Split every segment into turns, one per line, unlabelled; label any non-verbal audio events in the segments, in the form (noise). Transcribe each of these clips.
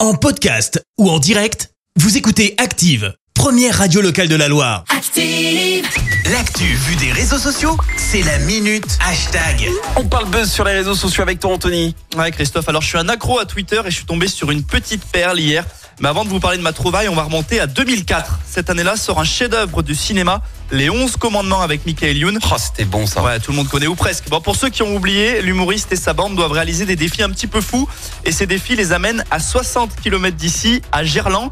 En podcast ou en direct, vous écoutez Active, première radio locale de la Loire.
Active,
L'actu vue des réseaux sociaux, c'est la minute hashtag.
On parle buzz sur les réseaux sociaux avec toi Anthony. Ouais Christophe, alors je suis un accro à Twitter et je suis tombé sur une petite perle hier. Mais avant de vous parler de ma trouvaille, on va remonter à 2004. Cette année-là sort un chef-d'œuvre du cinéma, Les 11 commandements avec Michael Youn.
Oh, c'était bon ça.
Ouais, tout le monde connaît ou presque. Bon, pour ceux qui ont oublié, l'humoriste et sa bande doivent réaliser des défis un petit peu fous et ces défis les amènent à 60 km d'ici, à Gerland,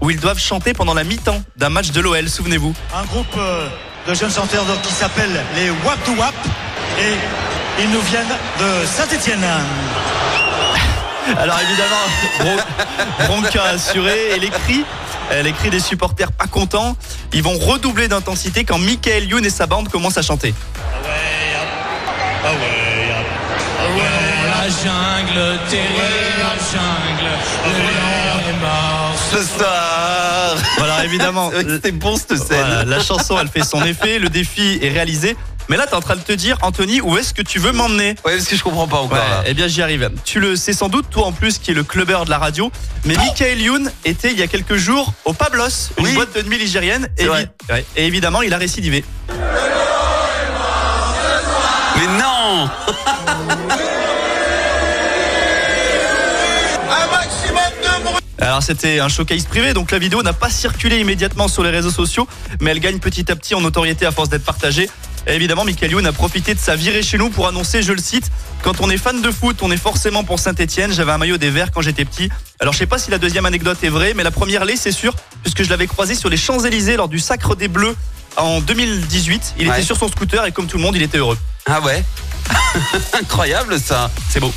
où ils doivent chanter pendant la mi-temps d'un match de l'OL, souvenez-vous.
un groupe euh, de jeunes chanteurs donc, qui s'appelle les Wap to Wap et ils nous viennent de Saint-Étienne.
Alors évidemment, bron- bronca assuré et les cris, euh, les cris des supporters pas contents, ils vont redoubler d'intensité quand Michael Youn et sa bande commencent à chanter.
La jungle, terrible la jungle, le lion est mort.
Ce soir.
Voilà évidemment.
C'est vrai que C'était bon cette scène.
Voilà, la chanson elle fait son effet, le défi est réalisé. Mais là t'es en train de te dire Anthony où est-ce que tu veux m'emmener
Ouais, parce que je comprends pas encore.
Ouais,
là.
eh bien j'y arrive. Tu le sais sans doute, toi en plus, qui est le clubbeur de la radio. Mais Michael Youn était il y a quelques jours au Pablos, une
Oui.
boîte de nuit ligérienne. Et,
C'est vrai.
ouais, et évidemment, il a récidivé.
Mais non
Alors c'était un showcase privé, donc la vidéo n'a pas circulé immédiatement sur les réseaux sociaux, mais elle gagne petit à petit en notoriété à force d'être partagée. Et évidemment, Michael Youn a profité de sa virée chez nous pour annoncer, je le cite, quand on est fan de foot, on est forcément pour Saint-Etienne, j'avais un maillot des Verts quand j'étais petit. Alors je sais pas si la deuxième anecdote est vraie, mais la première l'est, c'est sûr, puisque je l'avais croisé sur les Champs-Élysées lors du Sacre des Bleus en 2018. Il
Ouais.
était sur son scooter et comme tout le monde, il était heureux.
Ah ouais (laughs) Incroyable ça.
C'est beau.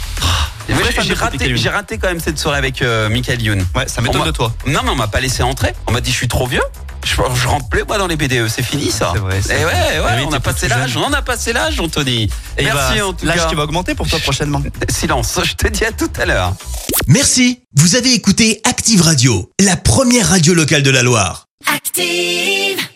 Et moi,
Vrai fan
J'ai
de foot, Michael
raté,
Youn.
j'ai raté quand même cette soirée avec euh, Michael Youn.
Ouais, ça
On
m'étonne
m'a-
de toi.
Non mais on m'a pas laissé entrer. On m'a dit je suis trop vieux. Je, je rentre plus moi dans les BDE, c'est fini ça.
C'est vrai, c'est
Et ouais, ouais,
Ah oui,
on
t'es
a
pas
passé
tout
l'âge,
jeune.
on a passé l'âge Anthony.
Et
Merci
bah,
en tout
L'âge
cas.
qui va augmenter pour toi prochainement.
Silence, je te dis à tout à l'heure.
Merci, vous avez écouté Active Radio, la première radio locale de la Loire.
active.